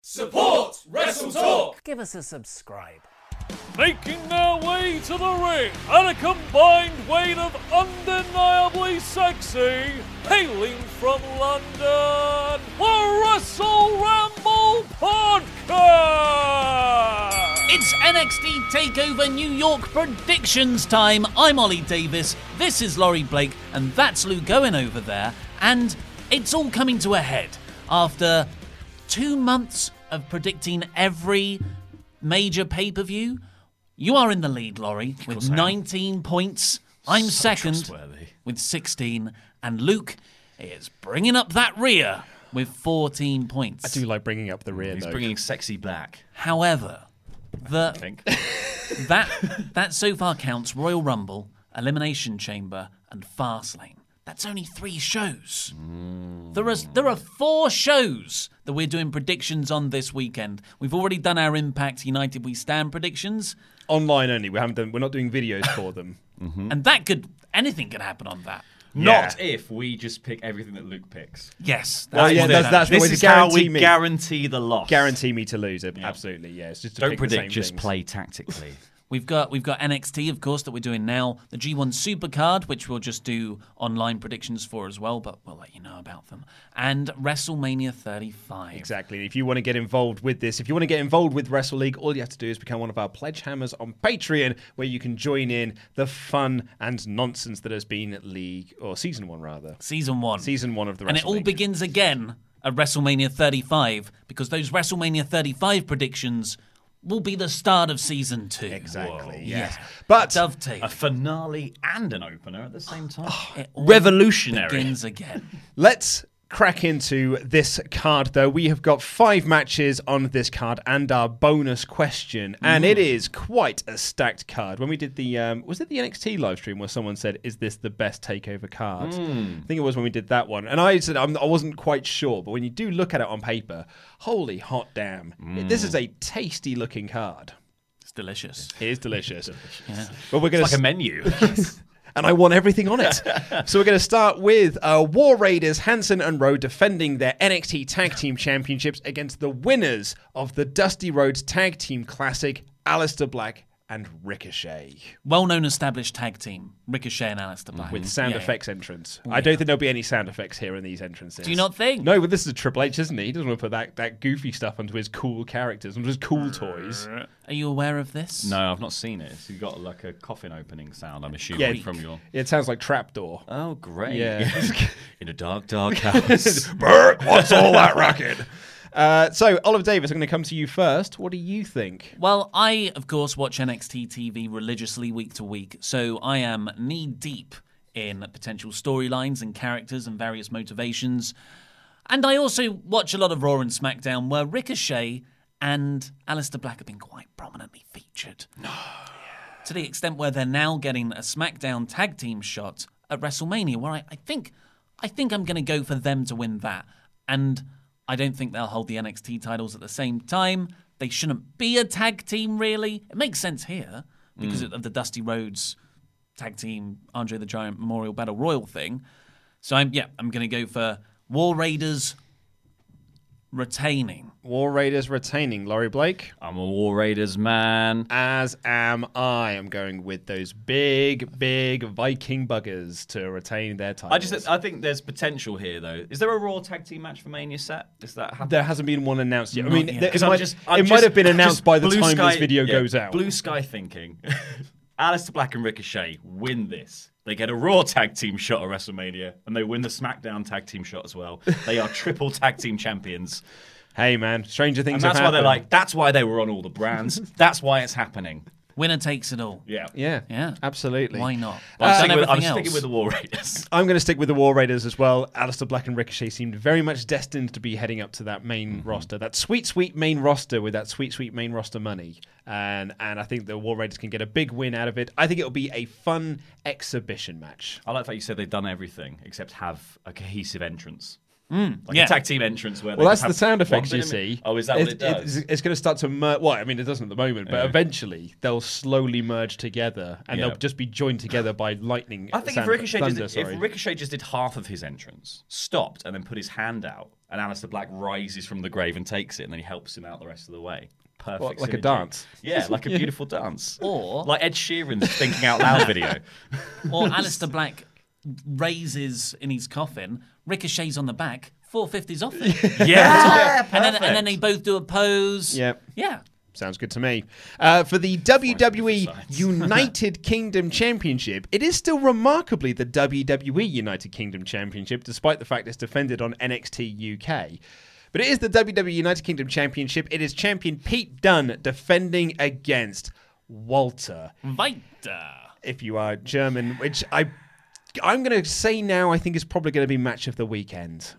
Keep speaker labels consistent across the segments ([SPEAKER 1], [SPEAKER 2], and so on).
[SPEAKER 1] Support Wrestle Talk.
[SPEAKER 2] Give us a subscribe.
[SPEAKER 1] Making their way to the ring at a combined weight of undeniably sexy, hailing from London, the Wrestle Ramble Podcast.
[SPEAKER 3] It's NXT TakeOver New York predictions time. I'm Ollie Davis, this is Laurie Blake, and that's Lou Goen over there. And it's all coming to a head after two months of predicting every major pay per view. You are in the lead, Laurie, with 19 points. I'm second with 16. And Luke is bringing up that rear with 14 points.
[SPEAKER 4] do like Mm, bringing up the rear.
[SPEAKER 5] He's
[SPEAKER 4] though.
[SPEAKER 5] bringing sexy back.
[SPEAKER 3] However, the.
[SPEAKER 5] I think.
[SPEAKER 3] That that so far counts Royal Rumble, Elimination Chamber, and Fastlane. That's only three shows. There are there are four shows that we're doing predictions on this weekend. We've already done our Impact United We Stand predictions,
[SPEAKER 4] online only. We haven't done. We're not doing videos for them. Hmm.
[SPEAKER 3] and that could anything could happen on that.
[SPEAKER 5] Not if we just pick everything that Luke picks.
[SPEAKER 3] Yes, that's
[SPEAKER 4] Well, yeah,
[SPEAKER 3] what
[SPEAKER 4] that's-
[SPEAKER 3] that-
[SPEAKER 4] that's the
[SPEAKER 5] this
[SPEAKER 4] way to
[SPEAKER 5] is how
[SPEAKER 4] guarantee
[SPEAKER 5] we
[SPEAKER 4] me.
[SPEAKER 5] guarantee the loss.
[SPEAKER 4] Guarantee me to lose it. Absolutely. Yeah. It's just to
[SPEAKER 5] Don't
[SPEAKER 4] pick the same
[SPEAKER 5] predict, just
[SPEAKER 4] things.
[SPEAKER 5] play tactically.
[SPEAKER 3] We've got we've got NXT, of course, that we're doing now. The G1 Supercard, which we'll just do online predictions for as well, but we'll let you know about them. And WrestleMania 35.
[SPEAKER 4] Exactly. If you want to get involved with this, if you want to get involved with Wrestle League, all you have to do is become one of our pledge hammers on Patreon, where you can join in the fun and nonsense that has been League or Season One rather.
[SPEAKER 3] Season one.
[SPEAKER 4] Season one of the
[SPEAKER 3] And it all
[SPEAKER 4] WrestleMania.
[SPEAKER 3] begins again at WrestleMania 35 because those WrestleMania 35 predictions will be the start of season two.
[SPEAKER 4] Exactly.
[SPEAKER 3] Whoa.
[SPEAKER 4] Yes.
[SPEAKER 3] Yeah.
[SPEAKER 4] But
[SPEAKER 3] Dovetail.
[SPEAKER 5] a finale and an opener at the same time.
[SPEAKER 4] Oh,
[SPEAKER 3] It all
[SPEAKER 5] Revolutionary.
[SPEAKER 3] Begins again.
[SPEAKER 4] Let's crack into this card, though. We have got five matches on this card and our bonus question, and it is quite a stacked card. When we did the, um, was it the NXT live stream where someone said, "Is this the best takeover card?" I think it was when we did that one, and I said I'm, I wasn't quite sure, but when you do look at it on paper, holy hot damn, this is a tasty looking card.
[SPEAKER 3] It's delicious.
[SPEAKER 4] It is delicious. But we're gonna
[SPEAKER 5] It's like
[SPEAKER 4] s-
[SPEAKER 5] a menu.
[SPEAKER 4] and I want everything on it. so we're going to start with uh, War Raiders Hanson and Rowe defending their NXT Tag Team Championships against the winners of the Dusty Rhodes Tag Team Classic, Alistair Black and Ricochet,
[SPEAKER 3] Well known established tag team, Ricochet and Alistair Black.
[SPEAKER 4] with sound
[SPEAKER 3] Mm, Yeah, yeah.
[SPEAKER 4] effects entrance. I don't think there'll be any sound effects here in these entrances.
[SPEAKER 3] Do you not think?
[SPEAKER 4] No, but this is a Triple H, isn't he? He doesn't want to put that, that goofy stuff onto his cool characters, onto his cool toys.
[SPEAKER 3] Are you aware of this?
[SPEAKER 5] no, I've not seen it. So you've got like a coffin opening sound, I'm assuming,
[SPEAKER 4] Yeah.
[SPEAKER 5] from your.
[SPEAKER 4] It sounds like Trapdoor.
[SPEAKER 5] Oh, great.
[SPEAKER 4] Yeah.
[SPEAKER 5] In a dark, dark house.
[SPEAKER 4] Bert, what's all that racket? Uh, so, Oliver Davis, I'm going to come to you first. What do you think?
[SPEAKER 3] Well, I, of course, watch NXT TV religiously week to week, so I am knee deep in potential storylines and characters and various motivations. And I also watch a lot of Raw and SmackDown where Ricochet and Alistair Black have been quite prominently featured. To the extent where they're now getting a SmackDown tag team shot at WrestleMania, where I, I think I think I'm gonna go for them to win that. And I don't think they'll hold the NXT titles at the same time. They shouldn't be a tag team really. It makes sense here because
[SPEAKER 5] Mm.
[SPEAKER 3] of the Dusty Rhodes tag team Andre the Giant Memorial Battle Royal thing. So I'm yeah, I'm gonna go for War Raiders retaining.
[SPEAKER 4] War Raiders retaining Laurie Blake.
[SPEAKER 5] I'm a War Raiders man.
[SPEAKER 4] As am I. I'm going with those big, big Viking buggers to retain their titles.
[SPEAKER 5] I just I think there's potential here though. Is there a Raw tag team match for Mania set? Is that happening?
[SPEAKER 4] there hasn't been one announced yet. I mean,
[SPEAKER 3] yet.
[SPEAKER 4] there- it,
[SPEAKER 5] uh, 'Cause I'm
[SPEAKER 4] might,
[SPEAKER 5] just-
[SPEAKER 4] it
[SPEAKER 5] I'm
[SPEAKER 4] might
[SPEAKER 5] just-
[SPEAKER 4] have been announced
[SPEAKER 5] just
[SPEAKER 4] by the
[SPEAKER 5] blue
[SPEAKER 4] time
[SPEAKER 5] sky-
[SPEAKER 4] this video
[SPEAKER 5] yeah,
[SPEAKER 4] goes out.
[SPEAKER 5] Blue Sky thinking, Alistair Black and Ricochet win this. They get a Raw tag team shot at WrestleMania, and they win the SmackDown tag team shot as well. They are triple tag team champions,
[SPEAKER 4] Hey, man, stranger
[SPEAKER 5] and
[SPEAKER 4] things have
[SPEAKER 5] that's why they're
[SPEAKER 4] happened.
[SPEAKER 5] like. That's why they were on all the brands. that's why it's happening.
[SPEAKER 3] Winner takes it all.
[SPEAKER 5] Yeah,
[SPEAKER 4] yeah, Um,
[SPEAKER 3] Yeah.
[SPEAKER 4] absolutely.
[SPEAKER 3] Why not?
[SPEAKER 5] I'm,
[SPEAKER 3] I've
[SPEAKER 5] sticking,
[SPEAKER 3] done
[SPEAKER 5] with, I'm
[SPEAKER 3] everything
[SPEAKER 5] sticking
[SPEAKER 3] else.
[SPEAKER 5] with the War Raiders.
[SPEAKER 4] I'm going to stick with the War Raiders as well. Alistair Black and Ricochet seemed very much destined to be heading up to that main roster, that sweet, sweet main roster with that sweet, sweet main roster money. And and I think the War Raiders can get a big win out of it. I think it'll be a fun exhibition match.
[SPEAKER 5] I like the fact you said they've done everything except have a cohesive entrance. like
[SPEAKER 3] yeah.
[SPEAKER 5] a tag team entrance where.
[SPEAKER 4] Hmm.
[SPEAKER 5] they
[SPEAKER 4] Well, that's
[SPEAKER 5] just
[SPEAKER 4] the
[SPEAKER 5] have
[SPEAKER 4] sound
[SPEAKER 5] one
[SPEAKER 4] effects
[SPEAKER 5] bit
[SPEAKER 4] you
[SPEAKER 5] of me-
[SPEAKER 4] see.
[SPEAKER 5] Oh, is that
[SPEAKER 4] it's,
[SPEAKER 5] what it does?
[SPEAKER 4] It's, going to start to merge. Well, I mean, it doesn't at the moment, but eventually they'll slowly merge together, and
[SPEAKER 5] Yeah.
[SPEAKER 4] they'll just be joined together by lightning.
[SPEAKER 5] I think if
[SPEAKER 4] sound-
[SPEAKER 5] Ricochet,
[SPEAKER 4] thunder,
[SPEAKER 5] just, if
[SPEAKER 4] sorry.
[SPEAKER 5] Ricochet just did half of his entrance, stopped, and then put his hand out, and Alistair Black rises from the grave and takes it, and then he helps him out the rest of the way. Perfect.
[SPEAKER 4] What, like a
[SPEAKER 5] synergy.
[SPEAKER 4] dance?
[SPEAKER 5] Yeah, like a beautiful dance.
[SPEAKER 3] Or-
[SPEAKER 5] like Ed Sheeran's thinking out loud video.
[SPEAKER 3] Or Alistair Black raises in his coffin, ricochets on the back, 450s off it.
[SPEAKER 5] yeah, yeah
[SPEAKER 3] and, then, and then they both do a pose.
[SPEAKER 4] Yep.
[SPEAKER 3] Yeah.
[SPEAKER 4] Sounds good to me. Uh, for the WWE United Kingdom Championship, it is still remarkably the WWE United Kingdom Championship, despite the fact it's defended on NXT UK. But it is the WWE United Kingdom Championship. It is champion Pete Dunne defending against Walter.
[SPEAKER 3] Weiter.
[SPEAKER 4] If you are German, which I, I'm going to say now, I think is probably going to be match of the weekend.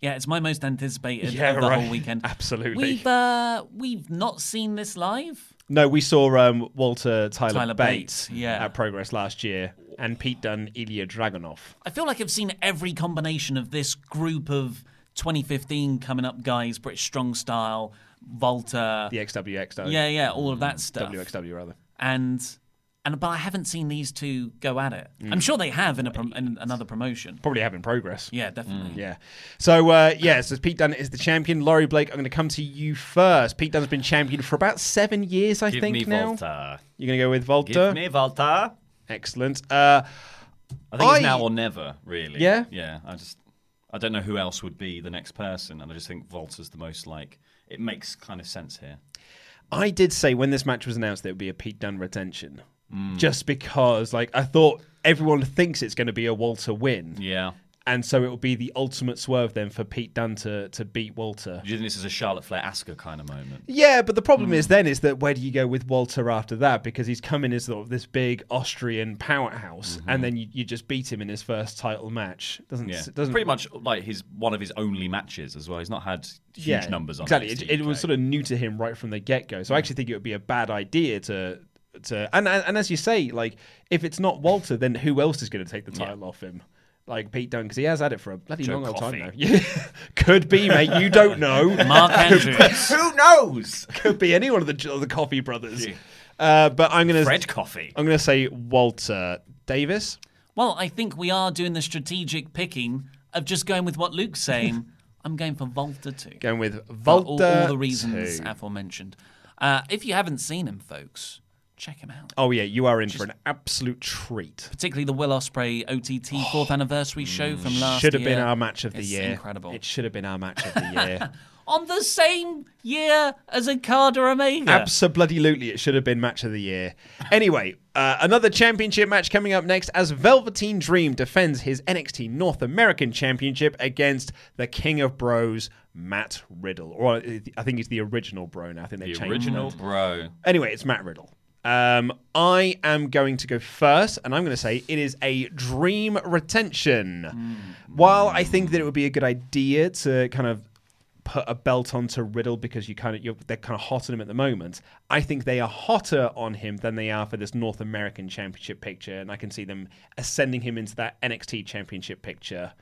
[SPEAKER 3] Yeah, it's my most anticipated
[SPEAKER 4] Yeah,
[SPEAKER 3] of the
[SPEAKER 4] right.
[SPEAKER 3] whole weekend.
[SPEAKER 4] Absolutely.
[SPEAKER 3] We've uh, we've not seen this live.
[SPEAKER 4] No, we saw um, Walter Tyler,
[SPEAKER 3] Tyler
[SPEAKER 4] Bates,
[SPEAKER 3] Bates, yeah.
[SPEAKER 4] at Progress last year, and Pete Dunne, Ilya Dragunov.
[SPEAKER 3] I feel like I've seen every combination of this group of 2015 coming up guys, British Strong Style, Volta.
[SPEAKER 4] The XWX, though.
[SPEAKER 3] Yeah, yeah, all of that stuff.
[SPEAKER 4] WXW, rather.
[SPEAKER 3] And and but I haven't seen these two go at it.
[SPEAKER 4] Mm.
[SPEAKER 3] I'm sure they have in a prom- in another promotion.
[SPEAKER 4] Probably having progress.
[SPEAKER 3] Yeah, definitely.
[SPEAKER 4] Yeah. So, uh, yeah, so Pete Dunne is the champion. Laurie Blake, I'm going to come to you first. Pete Dunne's been champion for about seven years, I
[SPEAKER 5] Give
[SPEAKER 4] think,
[SPEAKER 5] me
[SPEAKER 4] now.
[SPEAKER 5] Volta.
[SPEAKER 4] You're going to go with
[SPEAKER 5] Give
[SPEAKER 4] Volta.
[SPEAKER 5] me Volta.
[SPEAKER 4] Excellent. Uh,
[SPEAKER 5] I think
[SPEAKER 4] I-
[SPEAKER 5] it's now or never, really.
[SPEAKER 4] Yeah?
[SPEAKER 5] Yeah. I just I don't know who else would be the next person, and I just think Volta's the most like it makes kind of sense here.
[SPEAKER 4] I did say when this match was announced that it would be a Pete Dunne retention. Just because, like, I thought everyone thinks it's going to be a Walter win.
[SPEAKER 5] Yeah.
[SPEAKER 4] And so it will be the ultimate swerve then for Pete Dunne to, to beat Walter.
[SPEAKER 5] Do you think this is a Charlotte Flair Asuka kind of moment?
[SPEAKER 4] Yeah, but the problem
[SPEAKER 5] Hmm.
[SPEAKER 4] is then is that where do you go with Walter after that? Because he's coming as sort of this big Austrian powerhouse, and then you, you just beat him in his first title match. Doesn't
[SPEAKER 5] Mm-hmm. Yeah,
[SPEAKER 4] doesn't
[SPEAKER 5] pretty much like his one of his only matches as well. He's not had huge
[SPEAKER 4] yeah,
[SPEAKER 5] numbers on
[SPEAKER 4] exactly.
[SPEAKER 5] NXT
[SPEAKER 4] It, it was sort of new to him right from the get go. So I actually think it would be a bad idea to to and and, and as you say, like if it's not Walter, then who else is going to take the title off him? Like Pete Dunne, because he has had it for a bloody
[SPEAKER 5] Joe
[SPEAKER 4] long old time
[SPEAKER 5] Coffey.
[SPEAKER 4] now. Yeah. Could be, mate. You don't know.
[SPEAKER 3] Mark Andrews.
[SPEAKER 5] Who knows?
[SPEAKER 4] Could be any one of the, of the Coffee brothers. Uh, but I'm going to
[SPEAKER 5] Fred Coffee.
[SPEAKER 4] I'm going to say Walter Davis.
[SPEAKER 3] well, I think we are doing the strategic picking of just going with what Luke's saying. I'm going for Volta too.
[SPEAKER 4] Going with
[SPEAKER 3] for
[SPEAKER 4] Volta.
[SPEAKER 3] all, all the reasons
[SPEAKER 4] two.
[SPEAKER 3] aforementioned. Uh, if you haven't seen him, folks, check him out.
[SPEAKER 4] Oh yeah, you are in for an absolute treat.
[SPEAKER 3] Particularly the Will Osprey OTT fourth anniversary show from last
[SPEAKER 4] Should have
[SPEAKER 3] year.
[SPEAKER 4] Oh, mm, been our match of the
[SPEAKER 3] It's
[SPEAKER 4] year.
[SPEAKER 3] Incredible.
[SPEAKER 4] It should have been our match of the year.
[SPEAKER 3] On the same year as Okada Omega.
[SPEAKER 4] Absolutely, it should have been match of the year. Anyway, uh, another championship match coming up next as Velveteen Dream defends his NXT North American Championship against the King of Bros, Matt Riddle. Or uh, I think he's the original Bro now. I think they
[SPEAKER 5] The
[SPEAKER 4] changed.
[SPEAKER 5] original bro.
[SPEAKER 4] Anyway, it's Matt Riddle. Um, I am going to go first, and I'm going to say it is a dream retention. While I think that it would be a good idea to kind of put a belt onto Riddle because you kind of you're, they're kind of hot on him at the moment, I think they are hotter on him than they are for this North American Championship picture, and I can see them ascending him into that NXT Championship picture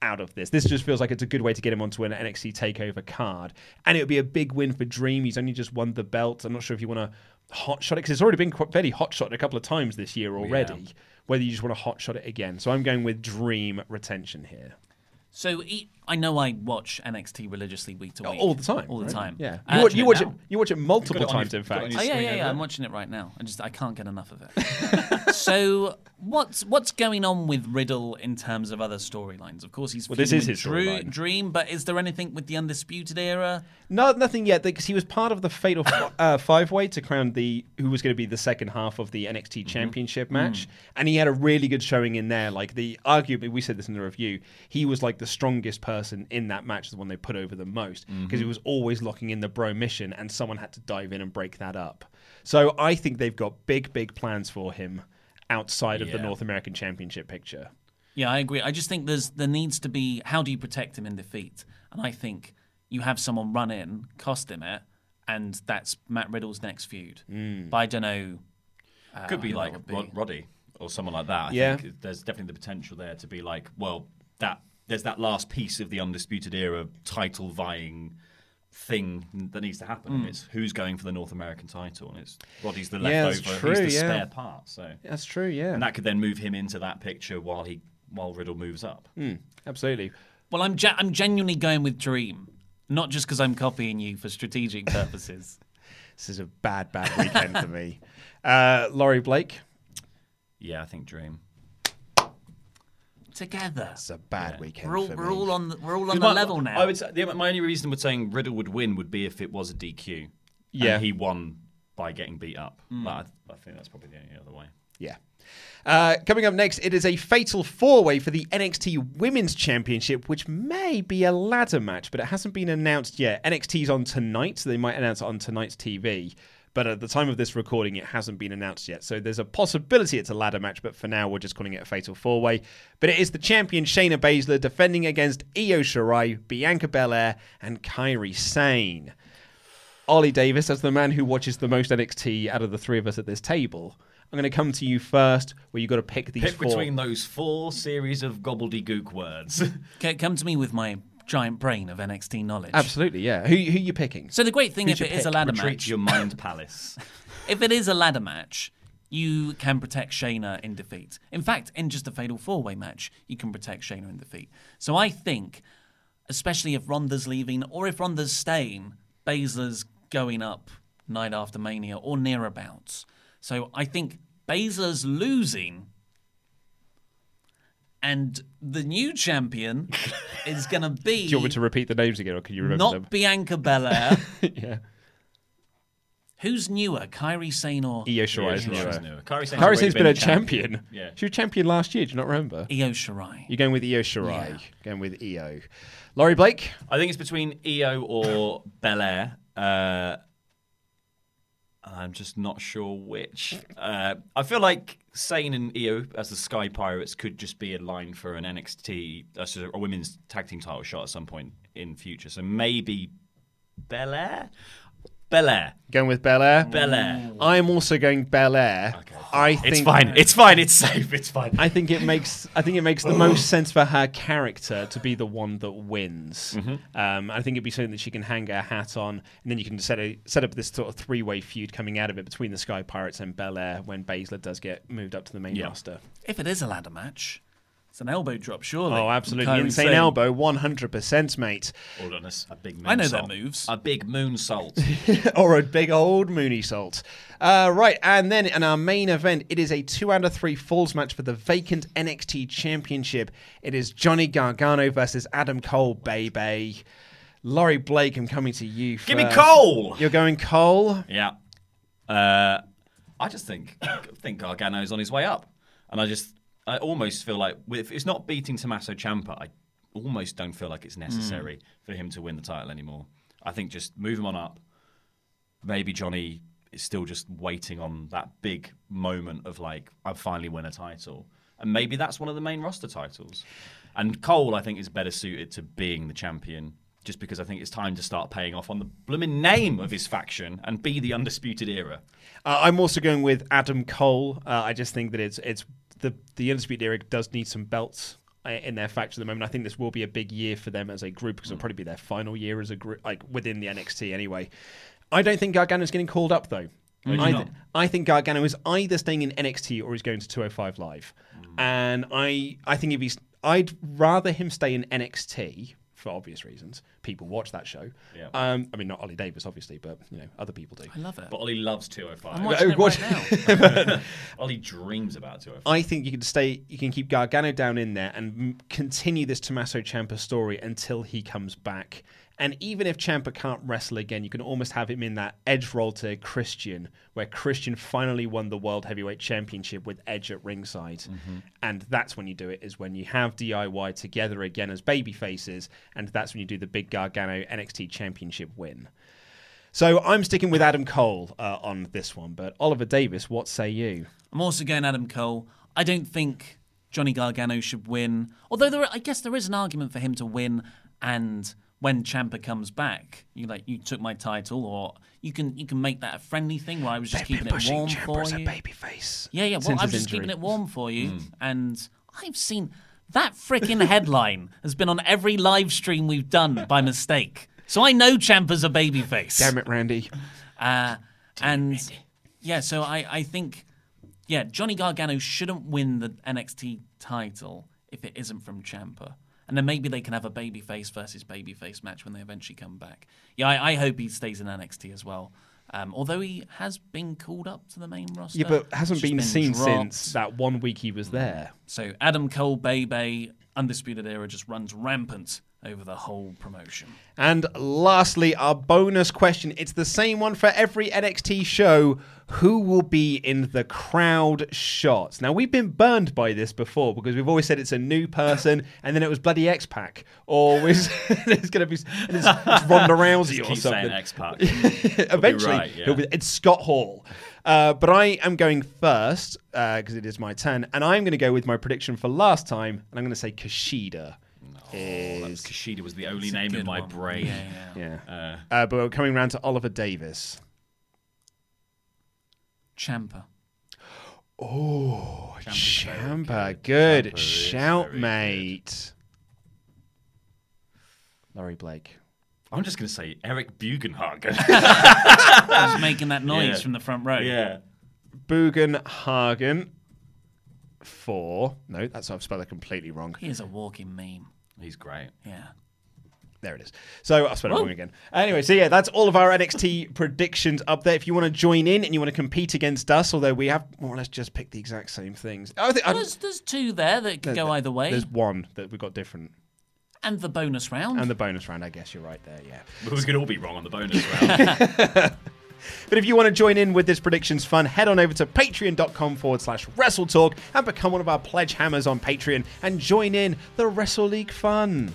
[SPEAKER 4] out of this. This just feels like it's a good way to get him onto an NXT takeover card. And it would be a big win for Dream. He's only just won the belt. I'm not sure if you want to hot shot it because it's already been quite fairly hot shot a couple of times this year already. Whether you just want to hot shot it again. So I'm going with Dream retention here.
[SPEAKER 3] So e- I know I watch NXT religiously week
[SPEAKER 5] Oh,
[SPEAKER 3] to week,
[SPEAKER 4] Oh, all the time.
[SPEAKER 3] all the
[SPEAKER 4] right?
[SPEAKER 3] time.
[SPEAKER 4] Yeah,
[SPEAKER 3] I
[SPEAKER 4] you, watch,
[SPEAKER 3] actually
[SPEAKER 4] you watch it.
[SPEAKER 3] now-
[SPEAKER 4] You watch it multiple
[SPEAKER 5] You've got it on
[SPEAKER 4] times,
[SPEAKER 5] your-
[SPEAKER 4] in
[SPEAKER 5] got it on
[SPEAKER 4] fact.
[SPEAKER 5] your
[SPEAKER 3] Oh yeah,
[SPEAKER 5] screen
[SPEAKER 3] yeah,
[SPEAKER 5] over
[SPEAKER 3] yeah.
[SPEAKER 5] there.
[SPEAKER 3] I'm watching it right now. I just I can't get enough of it. so what's what's going on with Riddle in terms of other storylines? Of course, he's well,
[SPEAKER 4] this is his storyline.
[SPEAKER 3] dream, but is there anything with the Undisputed Era?
[SPEAKER 4] No, nothing yet, because he was part of the fatal f- uh, five way to crown the who was going to be the second half of the NXT Championship match, and he had a really good showing in there. Like the arguably, we said this in the review, he was like the strongest person in that match, the one they put over the most, because he was always locking in the bro mission, and someone had to dive in and break that up. So I think they've got big, big plans for him outside of the
[SPEAKER 5] Yeah.
[SPEAKER 4] North American Championship picture.
[SPEAKER 3] Yeah, I agree. I just think there's there needs to be how do you protect him in defeat? And I think you have someone run in, cost him it, and that's Matt Riddle's next feud.
[SPEAKER 4] Hmm.
[SPEAKER 3] But I don't know.
[SPEAKER 5] Could be
[SPEAKER 3] that
[SPEAKER 4] Ah,
[SPEAKER 5] like
[SPEAKER 3] would be-
[SPEAKER 5] Rod- Roddy or someone like that. I
[SPEAKER 4] Yeah.
[SPEAKER 5] think there's definitely the potential there to be like, well, that there's that last piece of the undisputed era title vying thing that needs to happen. And it's who's going for the North American title, and it's Roddy's the
[SPEAKER 4] Hmm. Yeah,
[SPEAKER 5] leftover,
[SPEAKER 4] that's true,
[SPEAKER 5] he's the
[SPEAKER 4] yeah.
[SPEAKER 5] spare part. So
[SPEAKER 4] That's true, yeah,
[SPEAKER 5] and that could then move him into that picture while he while Riddle moves up.
[SPEAKER 4] Hmm. absolutely.
[SPEAKER 3] Well, I'm ge- I'm genuinely going with Dream, not just because I'm copying you for strategic purposes.
[SPEAKER 4] This is a bad, bad weekend for me. Uh, Laurie Blake.
[SPEAKER 5] Yeah, I think Dream.
[SPEAKER 3] Together.
[SPEAKER 4] It's a bad weekend.
[SPEAKER 3] We're all,
[SPEAKER 4] for
[SPEAKER 3] we're
[SPEAKER 4] me.
[SPEAKER 3] all on the, we're all on
[SPEAKER 5] My-
[SPEAKER 3] the level now.
[SPEAKER 5] I would say, the, my only reason with saying Riddle would win would be if it was a DQ. and
[SPEAKER 4] Yeah.
[SPEAKER 5] he won by getting beat up.
[SPEAKER 3] Mm.
[SPEAKER 5] But I, I think that's probably the only other way.
[SPEAKER 4] Yeah. Uh, coming up next, it is a fatal four way for the NXT Women's Championship, which may be a ladder match, but it hasn't been announced yet. NXT's on tonight, so they might announce it on tonight's TV. But at the time of this recording, it hasn't been announced yet. So there's a possibility it's a ladder match, but for now, we're just calling it a fatal four way. But it is the champion Shayna Baszler defending against Io Shirai, Bianca Belair, and Kyrie Sane. Ollie Davis, as the man who watches the most NXT out of the three of us at this table, I'm going to come to you first, where you've got to pick these
[SPEAKER 5] Pick
[SPEAKER 4] four.
[SPEAKER 5] between those four series of gobbledygook words.
[SPEAKER 3] Okay, come to me with my giant brain of NXT knowledge.
[SPEAKER 4] Absolutely, yeah. Who, who are you picking?
[SPEAKER 3] So the great thing, if it is a ladder
[SPEAKER 5] Retreat
[SPEAKER 3] match,
[SPEAKER 5] to your mind palace.
[SPEAKER 3] if it is a ladder match, you can protect Shayna in defeat. In fact, in just a fatal four-way match, you can protect Shayna in defeat. So I think, especially if Ronda's leaving or if Ronda's staying, Baszler's going up night after Mania or nearabouts. So I think Baszler's losing, and the new champion is going to be
[SPEAKER 4] Do you want me to repeat the names again, or can you remember
[SPEAKER 3] not
[SPEAKER 4] them?
[SPEAKER 3] Bianca Belair.
[SPEAKER 4] yeah.
[SPEAKER 3] Who's newer, Kyrie Sane or
[SPEAKER 4] Io Shirai's
[SPEAKER 5] Kari
[SPEAKER 4] newer.
[SPEAKER 5] Sane's
[SPEAKER 4] Kairi
[SPEAKER 5] already
[SPEAKER 4] Sane's been a
[SPEAKER 5] champion.
[SPEAKER 4] champion.
[SPEAKER 5] Yeah.
[SPEAKER 4] She was champion last year. Do you not remember?
[SPEAKER 3] Io Shirai?
[SPEAKER 4] You're going with Io Shirai. Going with Io. Laurie Blake.
[SPEAKER 5] I think it's between EO or Bel Air. Uh, I'm just not sure which. Uh, I feel like Sane and EO as the Sky Pirates could just be a line for an NXT, uh, so a women's tag team title shot at some point in future. So maybe Bel Air? Bel Air.
[SPEAKER 4] Going with Belair.
[SPEAKER 5] Bel Air.
[SPEAKER 3] Mm.
[SPEAKER 4] I'm also going Belair. I think
[SPEAKER 5] It's fine. It's fine. It's safe. It's fine.
[SPEAKER 4] I think it makes I think it makes the most sense for her character to be the one that wins. Um, I think it'd be something that she can hang her hat on, and then you can set a, set up this sort of three way feud coming out of it between the Sky Pirates and Bel Air when Baszler does get moved up to the main roster.
[SPEAKER 3] If it is a ladder match, it's an elbow drop, surely.
[SPEAKER 4] Oh, absolutely!
[SPEAKER 3] Kairi
[SPEAKER 4] Insane
[SPEAKER 3] Sane.
[SPEAKER 4] elbow, one hundred percent, mate,
[SPEAKER 5] Hold on, that's a big moon
[SPEAKER 3] I know their
[SPEAKER 5] salt.
[SPEAKER 3] moves.
[SPEAKER 5] A big moon salt.
[SPEAKER 4] or a big old Mooney salt. Uh, right, and then in our main event, it is a two out of three falls match for the vacant NXT Championship. It is Johnny Gargano versus Adam Cole, baby. Laurie Blake, I'm coming to you. First.
[SPEAKER 5] Give me coal.
[SPEAKER 4] You're going Cole.
[SPEAKER 5] Yeah. Uh, I just think I think Gargano's on his way up, and I just I almost feel like if it's not beating Tommaso Ciampa, I almost don't feel like it's necessary for him to win the title anymore. I think just move him on up. Maybe Johnny is still just waiting on that big moment of like I finally win a title, and maybe that's one of the main roster titles. And Cole, I think, is better suited to being the champion. Just because I think it's time to start paying off on the blooming name of his faction and be the undisputed era.
[SPEAKER 4] Uh, I'm also going with Adam Cole. Uh, I just think that it's it's the the Undisputed Era does need some belts uh, in their faction at the moment. I think this will be a big year for them as a group because it'll probably be their final year as a group, like within the NXT anyway. I don't think Gargano's getting called up though. I, th- I think Gargano is either staying in NXT or he's going to 205 Live, and I I think if he's I'd rather him stay in NXT for obvious reasons. People watch that show.
[SPEAKER 5] Yeah.
[SPEAKER 4] Um, I mean, not Ollie Davis, obviously, but you know, other people do.
[SPEAKER 3] I love it.
[SPEAKER 5] But Ollie loves
[SPEAKER 3] I'm
[SPEAKER 5] 205.
[SPEAKER 3] watching it
[SPEAKER 4] watch-
[SPEAKER 3] right now.
[SPEAKER 5] Ollie dreams about 205.
[SPEAKER 4] I think you can stay. You can keep Gargano down in there and m- continue this Tommaso Ciampa story until he comes back. And even if Ciampa can't wrestle again, you can almost have him in that edge roll to Christian, where Christian finally won the World Heavyweight Championship with Edge at ringside. And that's when you do it, is when you have DIY together again as baby faces. And that's when you do the big Gargano NXT Championship win. So I'm sticking with Adam Cole uh, on this one. But Oliver Davis, what say you?
[SPEAKER 3] I'm also going Adam Cole. I don't think Johnny Gargano should win. Although there, I guess there is an argument for him to win. And when Champa comes back, you like you took my title, or you can you can make that a friendly thing where I was just
[SPEAKER 4] They've
[SPEAKER 3] keeping
[SPEAKER 4] been
[SPEAKER 3] it
[SPEAKER 4] pushing
[SPEAKER 3] warm
[SPEAKER 4] Ciampa
[SPEAKER 3] for
[SPEAKER 4] as
[SPEAKER 3] you.
[SPEAKER 4] a babyface.
[SPEAKER 3] Yeah, yeah. Well,
[SPEAKER 4] since
[SPEAKER 3] I'm
[SPEAKER 4] his
[SPEAKER 3] just
[SPEAKER 4] injury. Mm.
[SPEAKER 3] keeping it warm for you. And I've seen that freaking headline has been on every live stream we've done by mistake. So I know Champa's a babyface.
[SPEAKER 4] Damn it, Randy.
[SPEAKER 3] Uh, and yeah, so I, I think, yeah, Johnny Gargano shouldn't win the NXT title if it isn't from Champa. And then maybe they can have a babyface versus babyface match when they eventually come back. Yeah, I, I hope he stays in NXT as well. Um, although he has been called up to the main roster.
[SPEAKER 4] Yeah, but hasn't
[SPEAKER 3] It's just
[SPEAKER 4] been, seen
[SPEAKER 3] dropped.
[SPEAKER 4] since that one week he was there.
[SPEAKER 3] So Adam Cole, Bebe, Undisputed Era just runs rampant over the whole promotion.
[SPEAKER 4] And lastly, our bonus question. It's the same one for every NXT show. Who will be in the crowd shots? Now, we've been burned by this before because we've always said it's a new person and then it was bloody X Pac or it's, it's going to be and it's, it's Ronda Rousey or
[SPEAKER 5] Keep saying
[SPEAKER 4] something.
[SPEAKER 5] X Pac.
[SPEAKER 4] Eventually,
[SPEAKER 5] right, yeah.
[SPEAKER 4] he'll be- it's Scott Hall. Uh, but I am going first because it is my turn, and I'm going to go with my prediction for last time, and I'm going to say Kushida. is,
[SPEAKER 5] Kushida was the only name in
[SPEAKER 3] good
[SPEAKER 5] my
[SPEAKER 3] one.
[SPEAKER 5] brain.
[SPEAKER 4] yeah. Uh, but we're coming round to Oliver Davis.
[SPEAKER 3] Champa.
[SPEAKER 4] Oh, Champa, good shout, mate. Laurie Blake.
[SPEAKER 5] I'm just going to say Eric Bugenhagen.
[SPEAKER 4] Ah.
[SPEAKER 3] I was making that noise
[SPEAKER 5] Yeah.
[SPEAKER 3] from the front row.
[SPEAKER 5] yeah.
[SPEAKER 4] Bugenhagen for no, that's I've spelled that completely wrong.
[SPEAKER 3] He is a walking meme.
[SPEAKER 5] He's great.
[SPEAKER 3] Yeah.
[SPEAKER 4] There it is. So I spelled it wrong again. Anyway, so yeah, that's all of our NXT predictions up there. If you want to join in and you want to compete against us, although we have more or less just picked the exact same things. I think I-
[SPEAKER 3] There's, there's two there that could go either way.
[SPEAKER 4] There's one that we got different,
[SPEAKER 3] And the bonus round.
[SPEAKER 4] and the bonus round. I guess you're right there. Yeah.
[SPEAKER 5] But we could all be wrong on the bonus round.
[SPEAKER 4] But if you want to join in with this predictions fun, head on over to patreon.com forward slash wrestletalk and become one of our pledge hammers on Patreon and join in the Wrestle League fun.